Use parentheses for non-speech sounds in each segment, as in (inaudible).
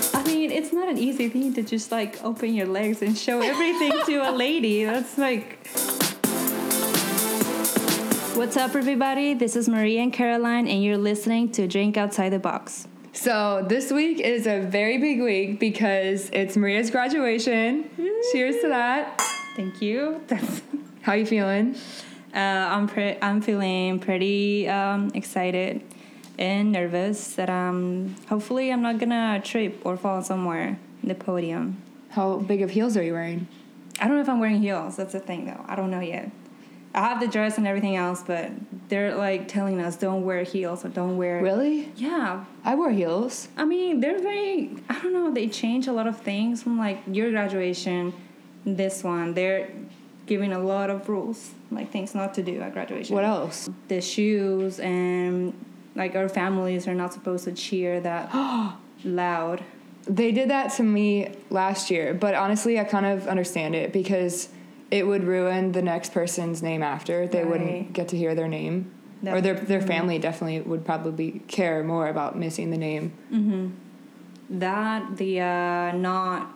it's not an easy thing to just like open your legs and show everything to a lady. That's like. What's up, everybody? This is Maria and Caroline, and you're listening to Drink Outside the Box. So this week is a very big week because it's Maria's graduation. Cheers to that. Thank you. That's, (laughs) How you feeling? uh, I'm pre- I'm feeling pretty um, excited and nervous that um hopefully I'm not gonna trip or fall somewhere in the podium. How big of heels are you wearing? I don't know if I'm wearing heels. That's the thing, though. I don't know yet. I have the dress and everything else, but they're like telling us don't wear heels or don't wear. Really? Yeah. I wore heels. I mean, they're very. I don't know. They change a lot of things from like your graduation, this one. They're giving a lot of rules, like things not to do at graduation. What else? The shoes and like our families are not supposed to cheer (gasps) that loud. They did that to me last year, but honestly, I kind of understand it because it would ruin the next person's name after. They Right. wouldn't get to hear their name. Or their, their family definitely would probably care more about missing the name. that the uh, not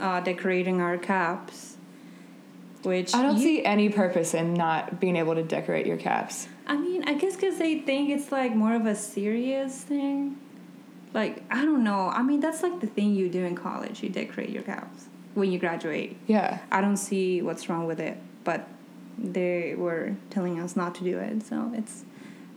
uh, decorating our caps which I don't you- see any purpose in not being able to decorate your caps. i mean i guess because they think it's like more of a serious thing like i don't know i mean that's like the thing you do in college you decorate your caps when you graduate Yeah. i don't see what's wrong with it but they were telling us not to do it so it's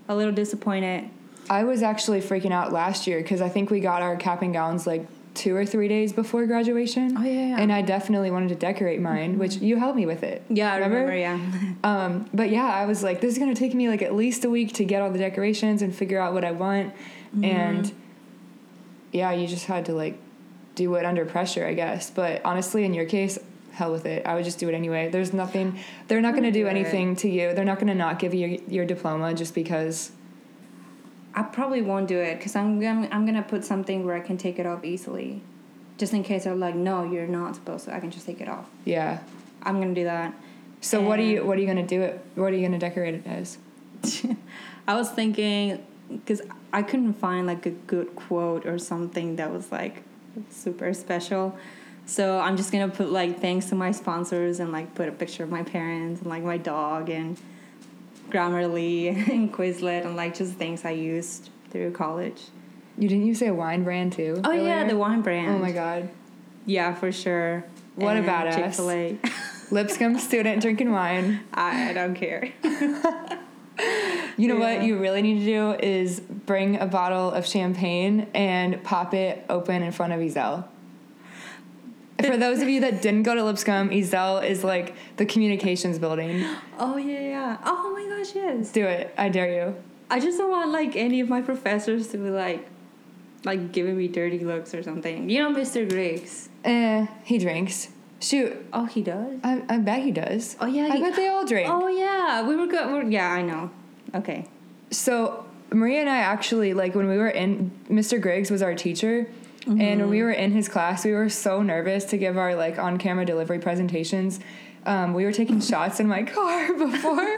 a little disappointed I was actually freaking out last year because I think we got our cap and gowns like two or three days before graduation. Oh, yeah, Mm-hmm. Mm. yeah. And I definitely wanted to decorate mine, which you helped me with it. yeah i remember, yeah (laughs) Um, but yeah, I was like, this is gonna take me like at least a week to get all the decorations and figure out what I want. Mm-hmm. And yeah, you just had to like do it under pressure, I guess. But honestly, in your case, hell with it. I would just do it anyway. There's nothing. They're not gonna do do it. anything to you. They're not gonna not give you your diploma just because. I probably won't do it because I'm gonna I'm gonna put something where I can take it off easily, just in case they're like, no, you're not supposed to. I can just take it off. Yeah. I'm gonna do that. So what are you And- what are you gonna do it? What are you gonna decorate it as? I was thinking because I couldn't find like a good quote or something that was like super special. So I'm just gonna put like thanks to my sponsors and like put a picture of my parents and like my dog and Grammarly (laughs) and Quizlet and like just things I used through college. You didn't you say a wine brand too? Oh yeah, earlier? the wine brand. Oh my god. Yeah, for sure. What a And badass. Chick-fil-A. (laughs) Lipscomb student drinking wine. I, I don't care. You know Yeah. what you really need to do is bring a bottle of champagne and pop it open in front of Ezel. For those of you (laughs) that didn't go to Lipscomb, Ezel is like the communications building. (laughs) Oh yeah, yeah. Oh my gosh, yes. Do it. I dare you. I just don't want like any of my professors to be like, like giving me dirty looks or something. You know, Mr. Griggs. Eh, he drinks. Shoot, Oh, he does. I, I bet he does. Oh, yeah, I he- bet they all drink. Oh yeah, we were good. We're, yeah, I know. Okay. So Maria and I actually like when we were in Mr. Griggs was our teacher. And when we were in his class, we were so nervous to give our like on-camera delivery presentations. Um, we were taking shots in my car (laughs) before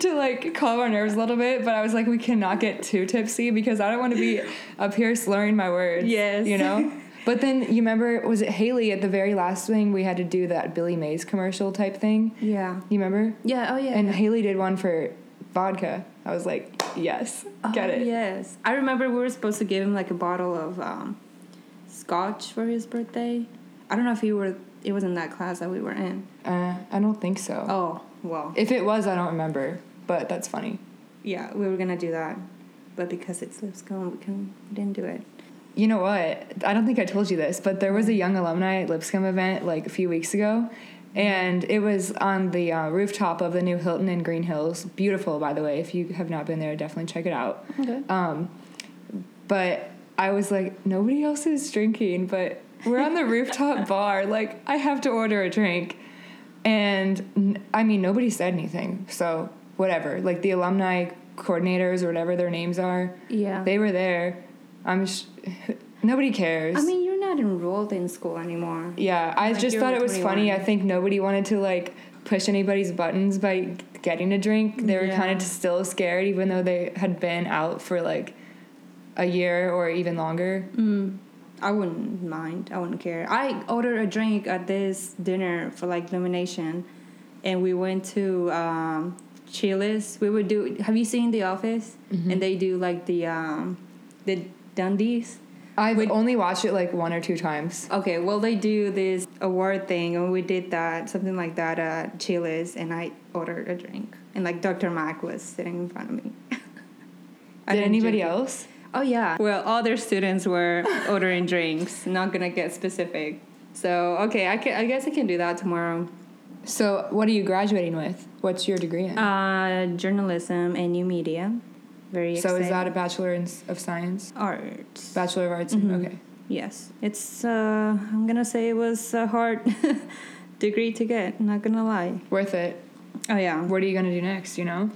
to like calm our nerves a little bit. But I was like, we cannot get too tipsy because I don't want to be up here slurring my words. Yes. you know. But then you remember, was it Haley at the very last thing we had to do that Billy Mays commercial type thing? Yeah. You remember? Yeah. Oh yeah. And Haley did one for vodka. I was like, yes, Oh, get it. Yes. I remember we were supposed to give him like a bottle of um, scotch for his birthday. I don't know if you were. It was in that class that we were in. Uh, I don't think so. Oh well. If it was, I don't remember, but that's funny. Yeah, we were gonna do that, but because it's Lipscomb, we, can, we didn't do it. You know what? I don't think I told you this, but there was a young alumni Lipscomb event like a few weeks ago, and it was on the uh, rooftop of the new Hilton in Green Hills. Beautiful, by the way. If you have not been there, definitely check it out. Okay. Um, but I was like, nobody else is drinking, but we're on the rooftop bar. Like, I have to order a drink. And n- I mean, nobody said anything. So, whatever. Like, the alumni coordinators or whatever their names are, Yeah. they were there. I'm sh- (laughs) nobody cares. I mean, you're not enrolled in school anymore. yeah, I like, just you're thought it was funny. 21. I think nobody wanted to like push anybody's buttons by getting a drink. They were Yeah. kind of still scared, Mm. even though they had been out for like a year or even longer. I wouldn't mind. I wouldn't care. I ordered a drink at this dinner for like nomination, and we went to um, Chili's. We would do. Have you seen The Office? And they do like the um, the Dundies. I've only watched it like one or two times. Okay, well they do this award thing, and we did that something like that at Chili's, and I ordered a drink, and like Dr. Mac was sitting in front of me. (laughs) I didn't Did drink anybody it. else? Oh yeah. Well, other students were (laughs) ordering drinks. Not gonna get specific. So okay, I can. I guess I can do that tomorrow. So, what are you graduating with? What's your degree in? Uh, journalism and new media. Very. so, is exciting. that a bachelor in, s- of science? art? Bachelor of Arts? Mm-hmm. Okay. Yes. It's. Uh, I'm gonna say it was a hard (laughs) degree to get. Not gonna lie. Worth it. Oh yeah. What are you going to do next, you know?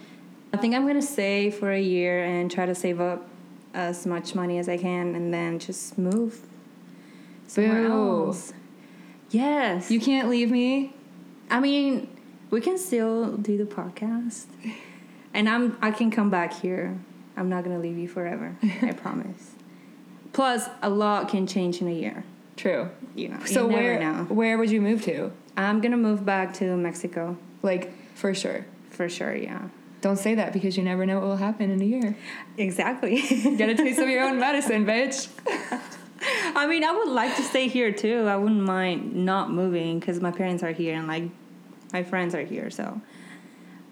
I think I'm gonna stay for a year and try to save up as much money as I can, and then just move somewhere Boo. else. Yes. You can't leave me. I mean, we can still do the podcast, and I'm I can come back here. I'm not gonna leave you forever. (laughs) I promise. Plus, a lot can change in a year. True. You know. So, you never where know. where would you move to? I'm gonna move back to Mexico Like, for sure. for sure. Yeah. Don't say that because you never know what will happen in a year. (laughs) Exactly. Get a taste of your own medicine, bitch. I mean, I would like to stay here too. I wouldn't mind not moving because my parents are here and like my friends are here. So,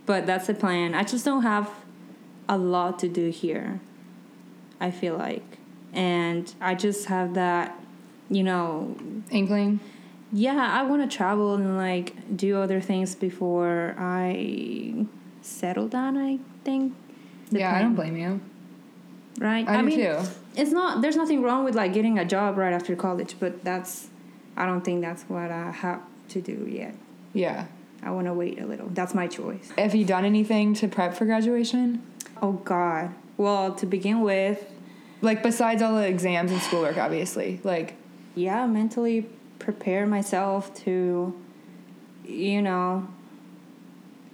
but that's the plan. I just don't have a lot to do here. I feel like, and I just have that, you know. Inkling. Yeah, I want to travel and like do other things before I settle down. I think. The Yeah, I don't plan, blame you. Right. I, do mean, too. it's not there's nothing wrong with like getting a job right after college but that's i don't think that's what i have to do yet Yeah. i want to wait a little that's my choice Have you done anything to prep for graduation? oh god well to begin with Like besides all the exams and schoolwork, obviously. Like yeah mentally prepare myself to you know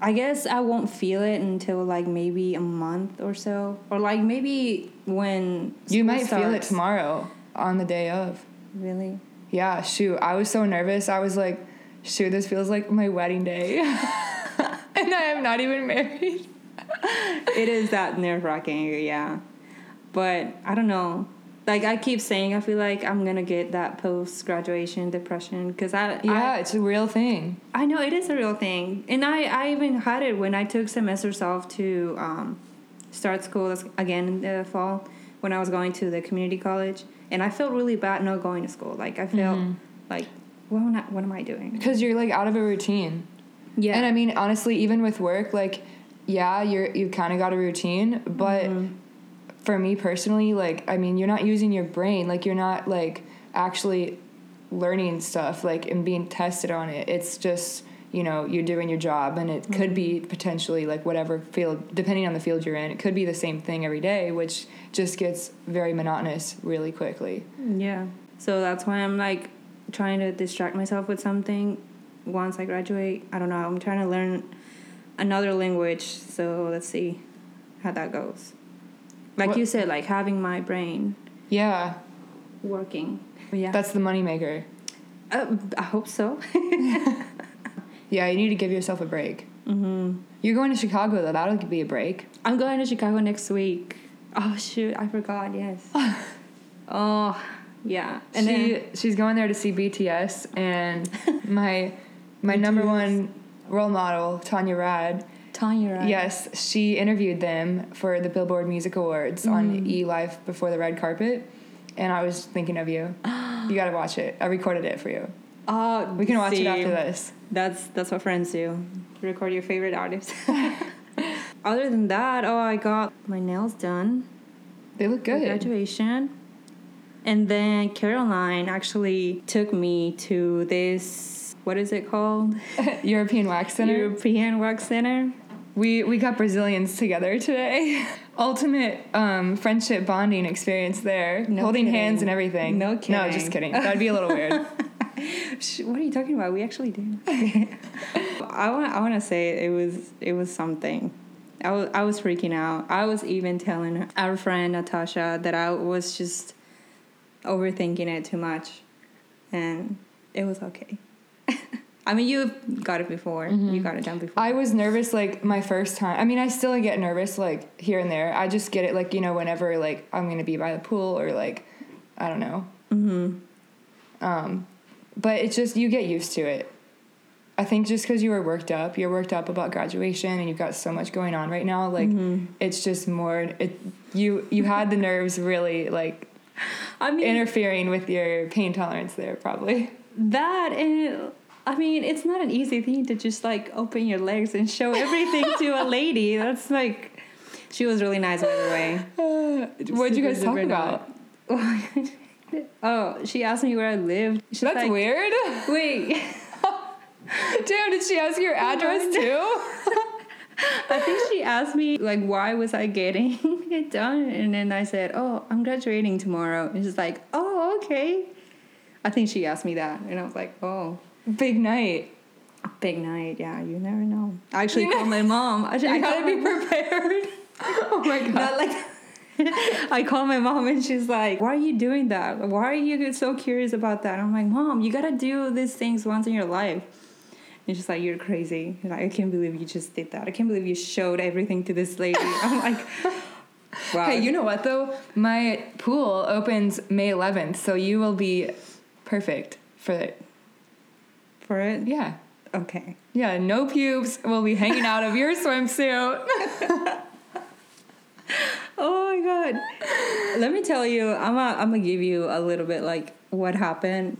i guess i won't feel it until like maybe a month or so or like maybe when you school might feel it starts. tomorrow on the day of. really Yeah, shoot. I was so nervous. I was like, shoot, this feels like my wedding day. (laughs) and I am not even married. it is that nerve wracking, yeah. But I don't know. Like I keep saying, I feel like I'm gonna get that post graduation depression because I Yeah, it's a real thing. I, I know it is a real thing, and I I even had it when I took semesters off to um, start school as- again in the fall when I was going to the community college, and I felt really bad not going to school. Like I felt like what am I what am I doing? Because you're like out of a routine. Yeah, And I mean, honestly, even with work, like, yeah, you're you kind of got a routine, but Mm-hmm. for me personally, like, I mean, you're not using your brain, like, you're not like actually learning stuff, like, and being tested on it. It's just you know you're doing your job, and it could be Mm-hmm. potentially like whatever field, depending on the field you're in, it could be the same thing every day, which just gets very monotonous really quickly. Yeah. So that's why I'm like trying to distract myself with something once I graduate. I don't know. I'm trying to learn another language. So let's see how that goes. Like What- you said, like having my brain Yeah, working. Yeah. that's the moneymaker. Uh, I hope so. (laughs) Yeah, you need to give yourself a break. Mm-hmm. You're going to Chicago though. That'll be a break. I'm going to Chicago next week. Oh, shoot. I forgot. (laughs) Yes. oh, yeah. And And she then, she's going there to see (laughs) BTS and my my number one role model Tanya Rad. Tanya, right? Yes, she interviewed them for the Billboard Music Awards Mm. on E Life before the red carpet, and I was thinking (gasps) of you. you got to watch it. I recorded it for you. Oh, We can watch it after that. this. That's that's what friends do. Record your favorite artist. (laughs) Other than that, oh, I got my nails done They look for good. graduation, and then Caroline actually took me to this what is it called (laughs) European Wax Center. European Work Center. We we got Brazilians together today. (laughs) Ultimate um, friendship bonding experience there. No Holding kidding. hands and everything. No No, kidding. just (laughs) kidding. That'd be a little weird. Sh- What are you talking about? We actually did. (laughs) I want I want to say it was it was something. I was I was freaking out. I was even telling our friend Natasha that I was just overthinking it too much, and it was okay. (laughs) I mean, you got it before. You got it done before. I was nervous like my first time. I mean, I still get nervous like here and there. I just get it like, you know, whenever like I'm going to be by the pool or like I don't know. Mm-hmm. Mhm. Um but it's just you get used to it. I think just cuz you were worked up, you're worked up about graduation and you've got so much going on right now, like Mm-hmm. it's just more it you you had the nerves really like I mean, interfering with your pain tolerance there probably. (laughs) that and I mean, it's not an easy thing to just like open your legs and show everything to a lady. That's like, she was really nice by the way. what did you Super guys talk duper about? not. (laughs) oh, she asked me where I lived. She's That's like, weird. Wait, (laughs) Damn, did she ask your address too? I think she asked me like why was I getting (laughs) it done, and then I said, "Oh, I'm graduating tomorrow." And she's like, "Oh, okay." I think she asked me that, and I was like, "Oh." (laughs) Big night. Big night, yeah. You never know. I actually called my mom. (laughs) I, I You gotta called be (laughs) prepared. oh my god. Not like (laughs) I called my mom and she's like, "Why are you doing that? Why are you so curious about that?" I'm like, "Mom, you gotta do these things once in your life." And she's like, "You're crazy. You're like, I can't believe you just did that. I can't believe you showed everything to this lady." (laughs) I'm like, "Wow." Hey, you know what though? My pool opens May 11th, so you will be perfect for it. for it? Yeah. Okay. Yeah, no pubes will be hanging out of (laughs) your swimsuit. Oh my god. Let me tell you. I'm gonna I'm gonna give you a little bit like what happened.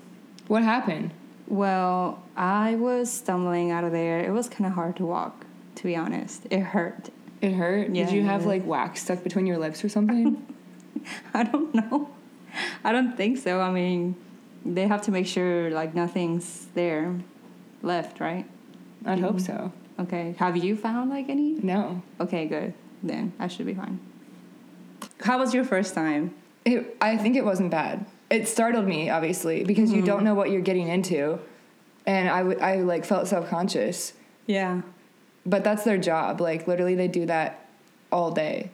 What happened? Well, I was stumbling out of there. It was kind of hard to walk, to be honest. It hurt. (laughs) It hurt? Yeah, Did you it have did. like wax stuck between your lips or something? (laughs) I don't know. I don't think so. I mean, they have to make sure like nothing's there left, right? I'd hope so. Okay. Have you found like any? No. Okay, good. Then I should be fine. How was your first time? It, I think it wasn't bad. It startled me, obviously, because you don't know what you're getting into. And I, w- I like felt self conscious. Yeah. But that's their job. Like literally they do that all day.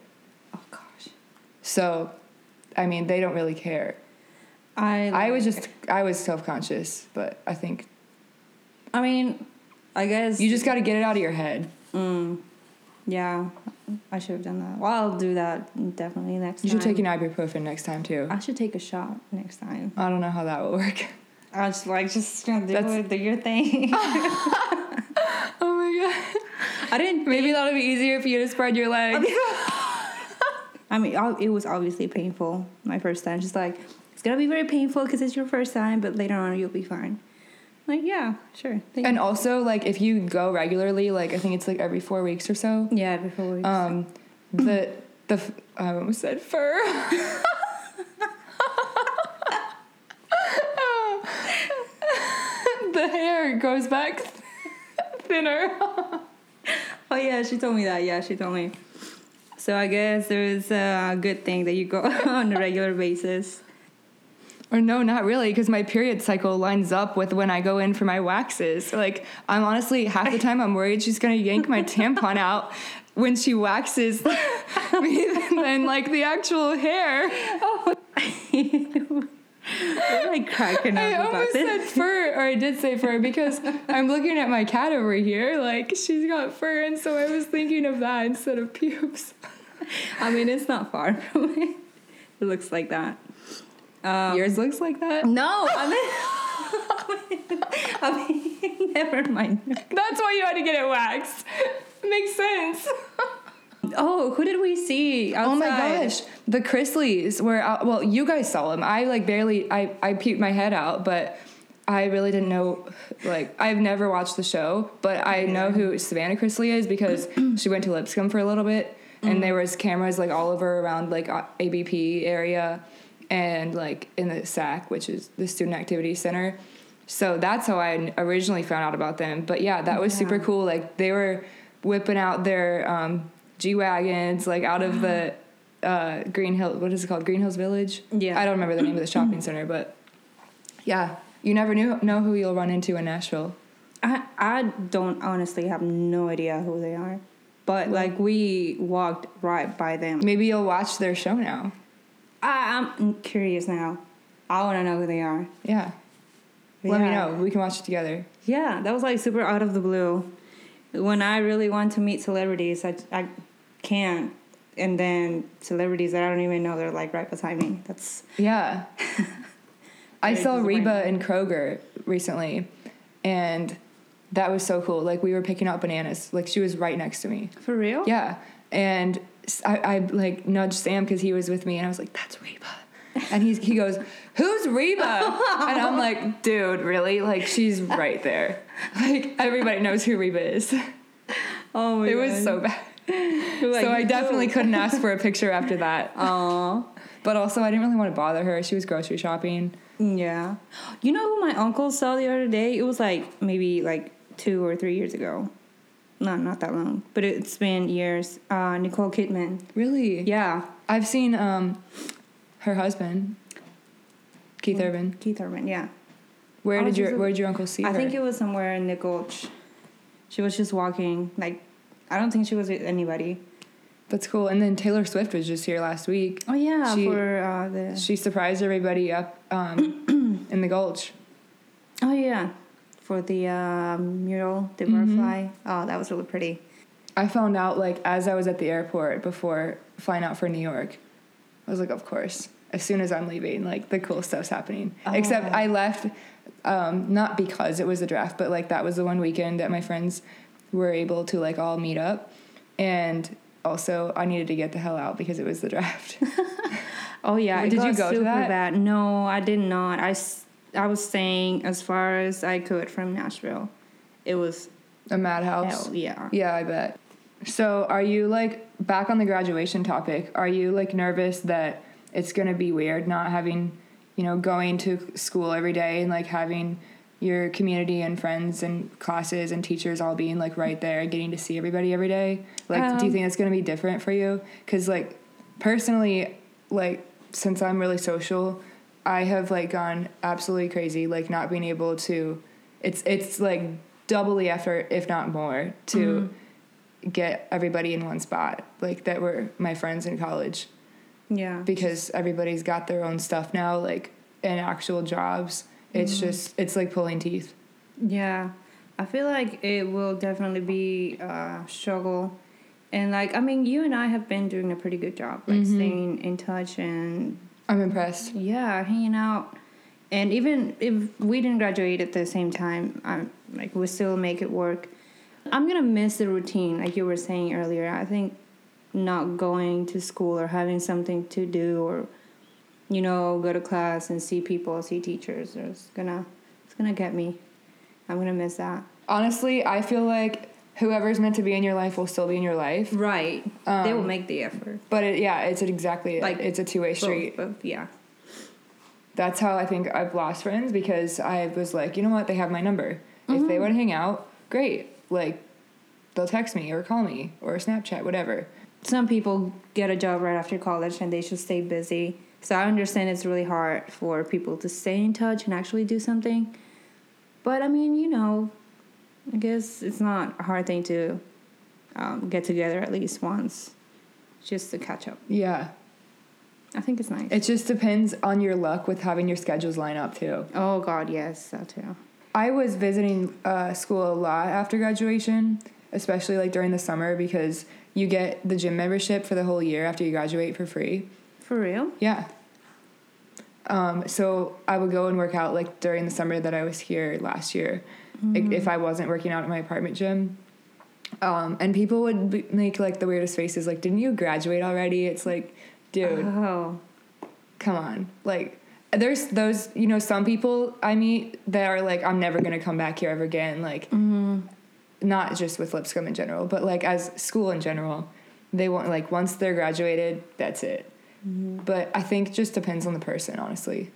Oh gosh. So I mean they don't really care. I I was like- just I was self conscious, but I think I mean, I guess you just gotta get it out of your head. Mm, yeah, I should have done that. Well, I'll do that definitely next You time. should take an ibuprofen next time too. I should take a shot next time. I don't know how that will work. I was like, just gonna do That's- it, do your thing. (laughs) Oh my (laughs) I didn't. god. Maybe that'll be easier for (laughs) you to spread your legs. I mean, ob- it was obviously painful my first time. Just like it's gonna be very painful because it's your first time, but later on you'll be fine. Like yeah, sure. Thank and also like if you go regularly, like I think it's like every four weeks or so. you. yeah, before we. Um the the f- I almost said fur. (laughs) the hair goes back (laughs) thinner. (laughs) oh yeah, she told me that. Yeah, she told me. So I guess there is a good thing that you go (laughs) on a regular (laughs) basis. Or no, not really, because my period cycle lines up with when I go in for my waxes. Like I'm honestly half the time I'm worried she's gonna yank my tampon out when she waxes (laughs) me than like the actual hair. Oh. (laughs) We're like cracking up I about almost this. said fur, or I did say (laughs) fur because I'm looking at my cat over here, like she's got fur, and so I was thinking of that instead of pubes. I mean, it's not far (laughs) from it. It looks like that. Um, Yours looks like (laughs) that. no, I mean, (laughs) I mean, (laughs) never mind. That's why you had to get it waxed. (laughs) Makes sense. Oh, who did we see? Outside? Oh my gosh, the Chrisleys were out. Well, you guys saw them. I like barely. I I peeped my head out, but I really didn't know. Like I've never watched the show, but I know who Savannah Chrisley is because she went to Lipscomb for a little bit, and there was cameras like all over around like uh, ABP area, and like in the SAC, which is the Student Activity Center. So that's how I originally found out about them. But yeah, that was super Yeah. cool. Like they were whipping out their um, G wagons, like out of the uh, Green Hill. What is it called? Green Hills Village. Yeah. I don't remember the name of the shopping center, but yeah, you never knew know who you'll run into in Nashville. I I don't honestly have no idea who they are, but like we walked right by them. Maybe you'll watch their show now. I, I'm curious now. I want to know who they are. Yeah. Let me Yeah. know. We can watch it together. Yeah, that was like super out of the blue. When I really want to meet celebrities, I, I can't. And then celebrities that I don't even know, they're like right beside me. That's Yeah. (laughs) I Very saw disappointing. Reba and Kroger recently, and that was so cool. Like, we were picking out bananas. Like, she was right next to me. for real. Yeah. And s- I, I, like nudged Sam because he was with me, and I was like, that's Reba. And he's, he goes, Who's Reba? And I'm like, Dude, really? Like, she's right there. Like, everybody knows who Reba is. Oh my It was so bad. (laughs) so I definitely couldn't ask for a picture after that. Oh But also, I didn't really want to bother her. She was grocery shopping. yeah. You know who my uncle saw the other day? It was like maybe like two or three years ago. No, not that long, but it's been years. Uh, Nicole Kidman. Really? Yeah. Yeah, I've seen um, her husband, Keith Urban. Keith Urban. Yeah. Where Mm. Oh, did she's your a- Where did your uncle see I her? think it was somewhere in the gulch. She was just walking. Like, I don't think she was with anybody. That's cool. And then Taylor Swift was just here last week. Oh yeah, She- for uh, the. She surprised everybody up um, (clears throat) in the Gulch. oh yeah, for the uh, mural, the butterfly. Oh, that was really pretty. I found out like as I was at the airport before flying out for New York. I was like, of course. As soon as I'm leaving, like the cool stuff's happening. Except Oh. I left um, not because it was a draft, but like that was the one weekend that my friends were able to like all meet up, and also I needed to get the hell out because it was the draft. (laughs) Oh yeah, Wait, it did you got go to super that? Bad. No, I did not. I s- I was staying as far as I could from Nashville. It was a madhouse. hell yeah. Yeah, I bet. So, are you like back on the graduation topic? Are you like nervous that it's going to be weird not having, you know, going to school every day and like having your community and friends and classes and teachers all being like right there and getting to see everybody every day? Like, do you Um, think that's going to be different for you? Because, like, personally, like, since I'm really social, I have like gone absolutely crazy, like, not being able to, it's, it's like double the effort, if not more, to get everybody in one spot, like that were my friends in college, Yeah. because everybody's got their own stuff now, like and actual jobs. It's just it's like pulling teeth. Yeah, I feel like it will definitely be a struggle. And like, I mean, you and I have been doing a pretty good job, like staying in touch and I'm impressed. yeah, hanging out. And even if we didn't graduate at the same time, I'm like we still make it work. I'm gonna miss the routine, like you were saying earlier. I think not going to school or having something to do or you know go to class and see people, see teachers. It's gonna it's gonna get me. I'm gonna miss that. Honestly, I feel like whoever's meant to be in your life will still be in your life. Right. they will make the effort. But it, yeah, it's exactly Like, like it's a two way street. Both, both, yeah. That's how I think I've lost friends because I was like, you know what, they have my number. If they want to hang out, great. Like they'll text me or call me or Snapchat, whatever. some people get a job right after college and they should stay busy. So I understand it's really hard for people to stay in touch and actually do something. But I mean, you know, I guess it's not a hard thing to um, get together at least once just to catch up. Yeah. I think it's nice. It just depends on your luck with having your schedules line up too. oh, God, yes, that too. I was visiting uh, school a lot after graduation, especially like during the summer because you get the gym membership for the whole year after you graduate for free. For real? Yeah. Um, so I would go and work out like during the summer that I was here last year, i- if I wasn't working out at my apartment gym. Um, and people would be, make like the weirdest faces, like, "Didn't you graduate already?" It's like, dude, Oh, come on like there's those you know some people i meet that are like i'm never gonna come back here ever again like not just with lipscomb in general but like as school in general they want like once they're graduated that's it but i think it just depends on the person honestly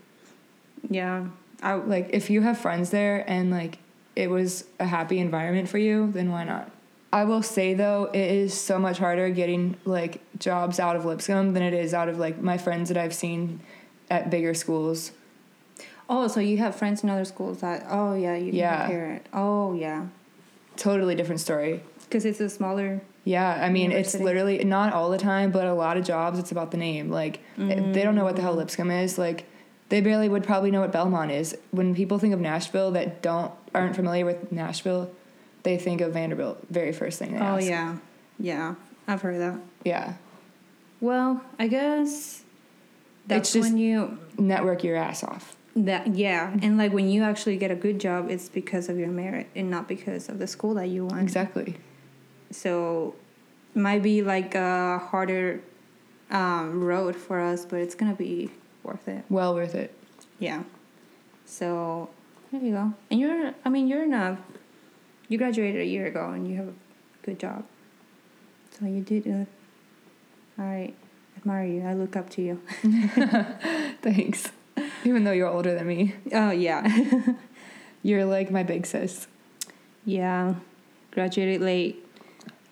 yeah. I, like if you have friends there and like it was a happy environment for you then why not i will say though it is so much harder getting like jobs out of lipscomb than it is out of like my friends that i've seen at bigger schools oh, so you have friends in other schools that, oh, yeah, you can Yeah. compare it. Oh, yeah. totally different story Because it's a smaller. yeah i mean it's University. literally eh, Mm. not all the time but a lot of jobs it's about the name like they don't know what the hell lipscomb is like they barely would probably know what Belmont is. When people think of Nashville that don't aren't familiar with Nashville, they think of Vanderbilt very first thing they Oh ask. yeah, yeah. I've heard that. Yeah. Well, I guess that's just- when you Mm-hmm. Network your ass off. that yeah, and like when you actually get a good job, it's because of your merit and not because of the school that you went. Exactly. So, it might be like a harder um, road for us, but it's gonna be worth it. Well worth (laughs) it. (laughs) Yeah. So there you go. And you're, I mean, you're in a, you graduated a year ago and you have a good job. So you did it. I admire you. I look up to you. Thanks. Even though you're older than me, (laughs) Oh, yeah. you're like my big sis. (laughs) yeah. Graduated late.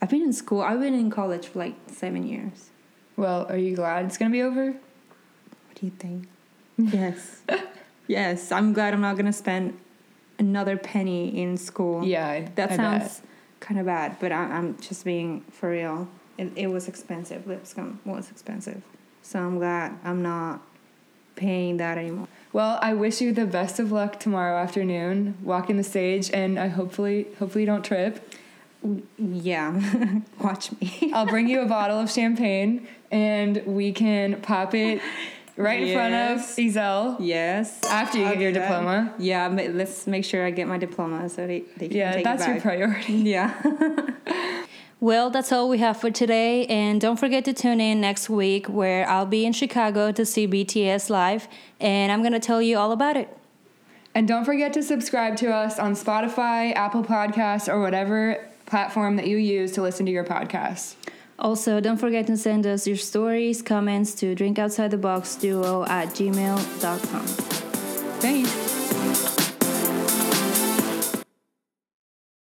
I've been in school, I've been in college for like seven years. Well, are you glad it's gonna be over? What do you (laughs) think? (laughs) yes. yes. I'm glad I'm not going to spend another penny in school. Yeah, I- That I bet. sounds kind of bad, but I, I'm just being for real. It, it was expensive. Lipscomb was expensive. So I'm glad I'm not paying that anymore. Well, I wish you the best of luck tomorrow afternoon, walking the stage, and I hopefully hopefully you don't trip. Yeah, (laughs) watch me. I'll bring you a bottle of champagne, and we can pop it right in front of Yes. Ezel Yes. after you I'll get your do that. diploma. Yeah, ma- let's make sure I get my diploma so they, they can Yeah, take that's it your back. (laughs) priority. Yeah. (laughs) well, that's all we have for today. And don't forget to tune in next week where I'll be in Chicago to see BTS live. And I'm going to tell you all about it. And don't forget to subscribe to us on Spotify, Apple Podcasts, or whatever platform that you use to listen to your podcast. Also, don't forget to send us your stories, comments to drinkoutsidetheboxduo at gmail.com. Thanks.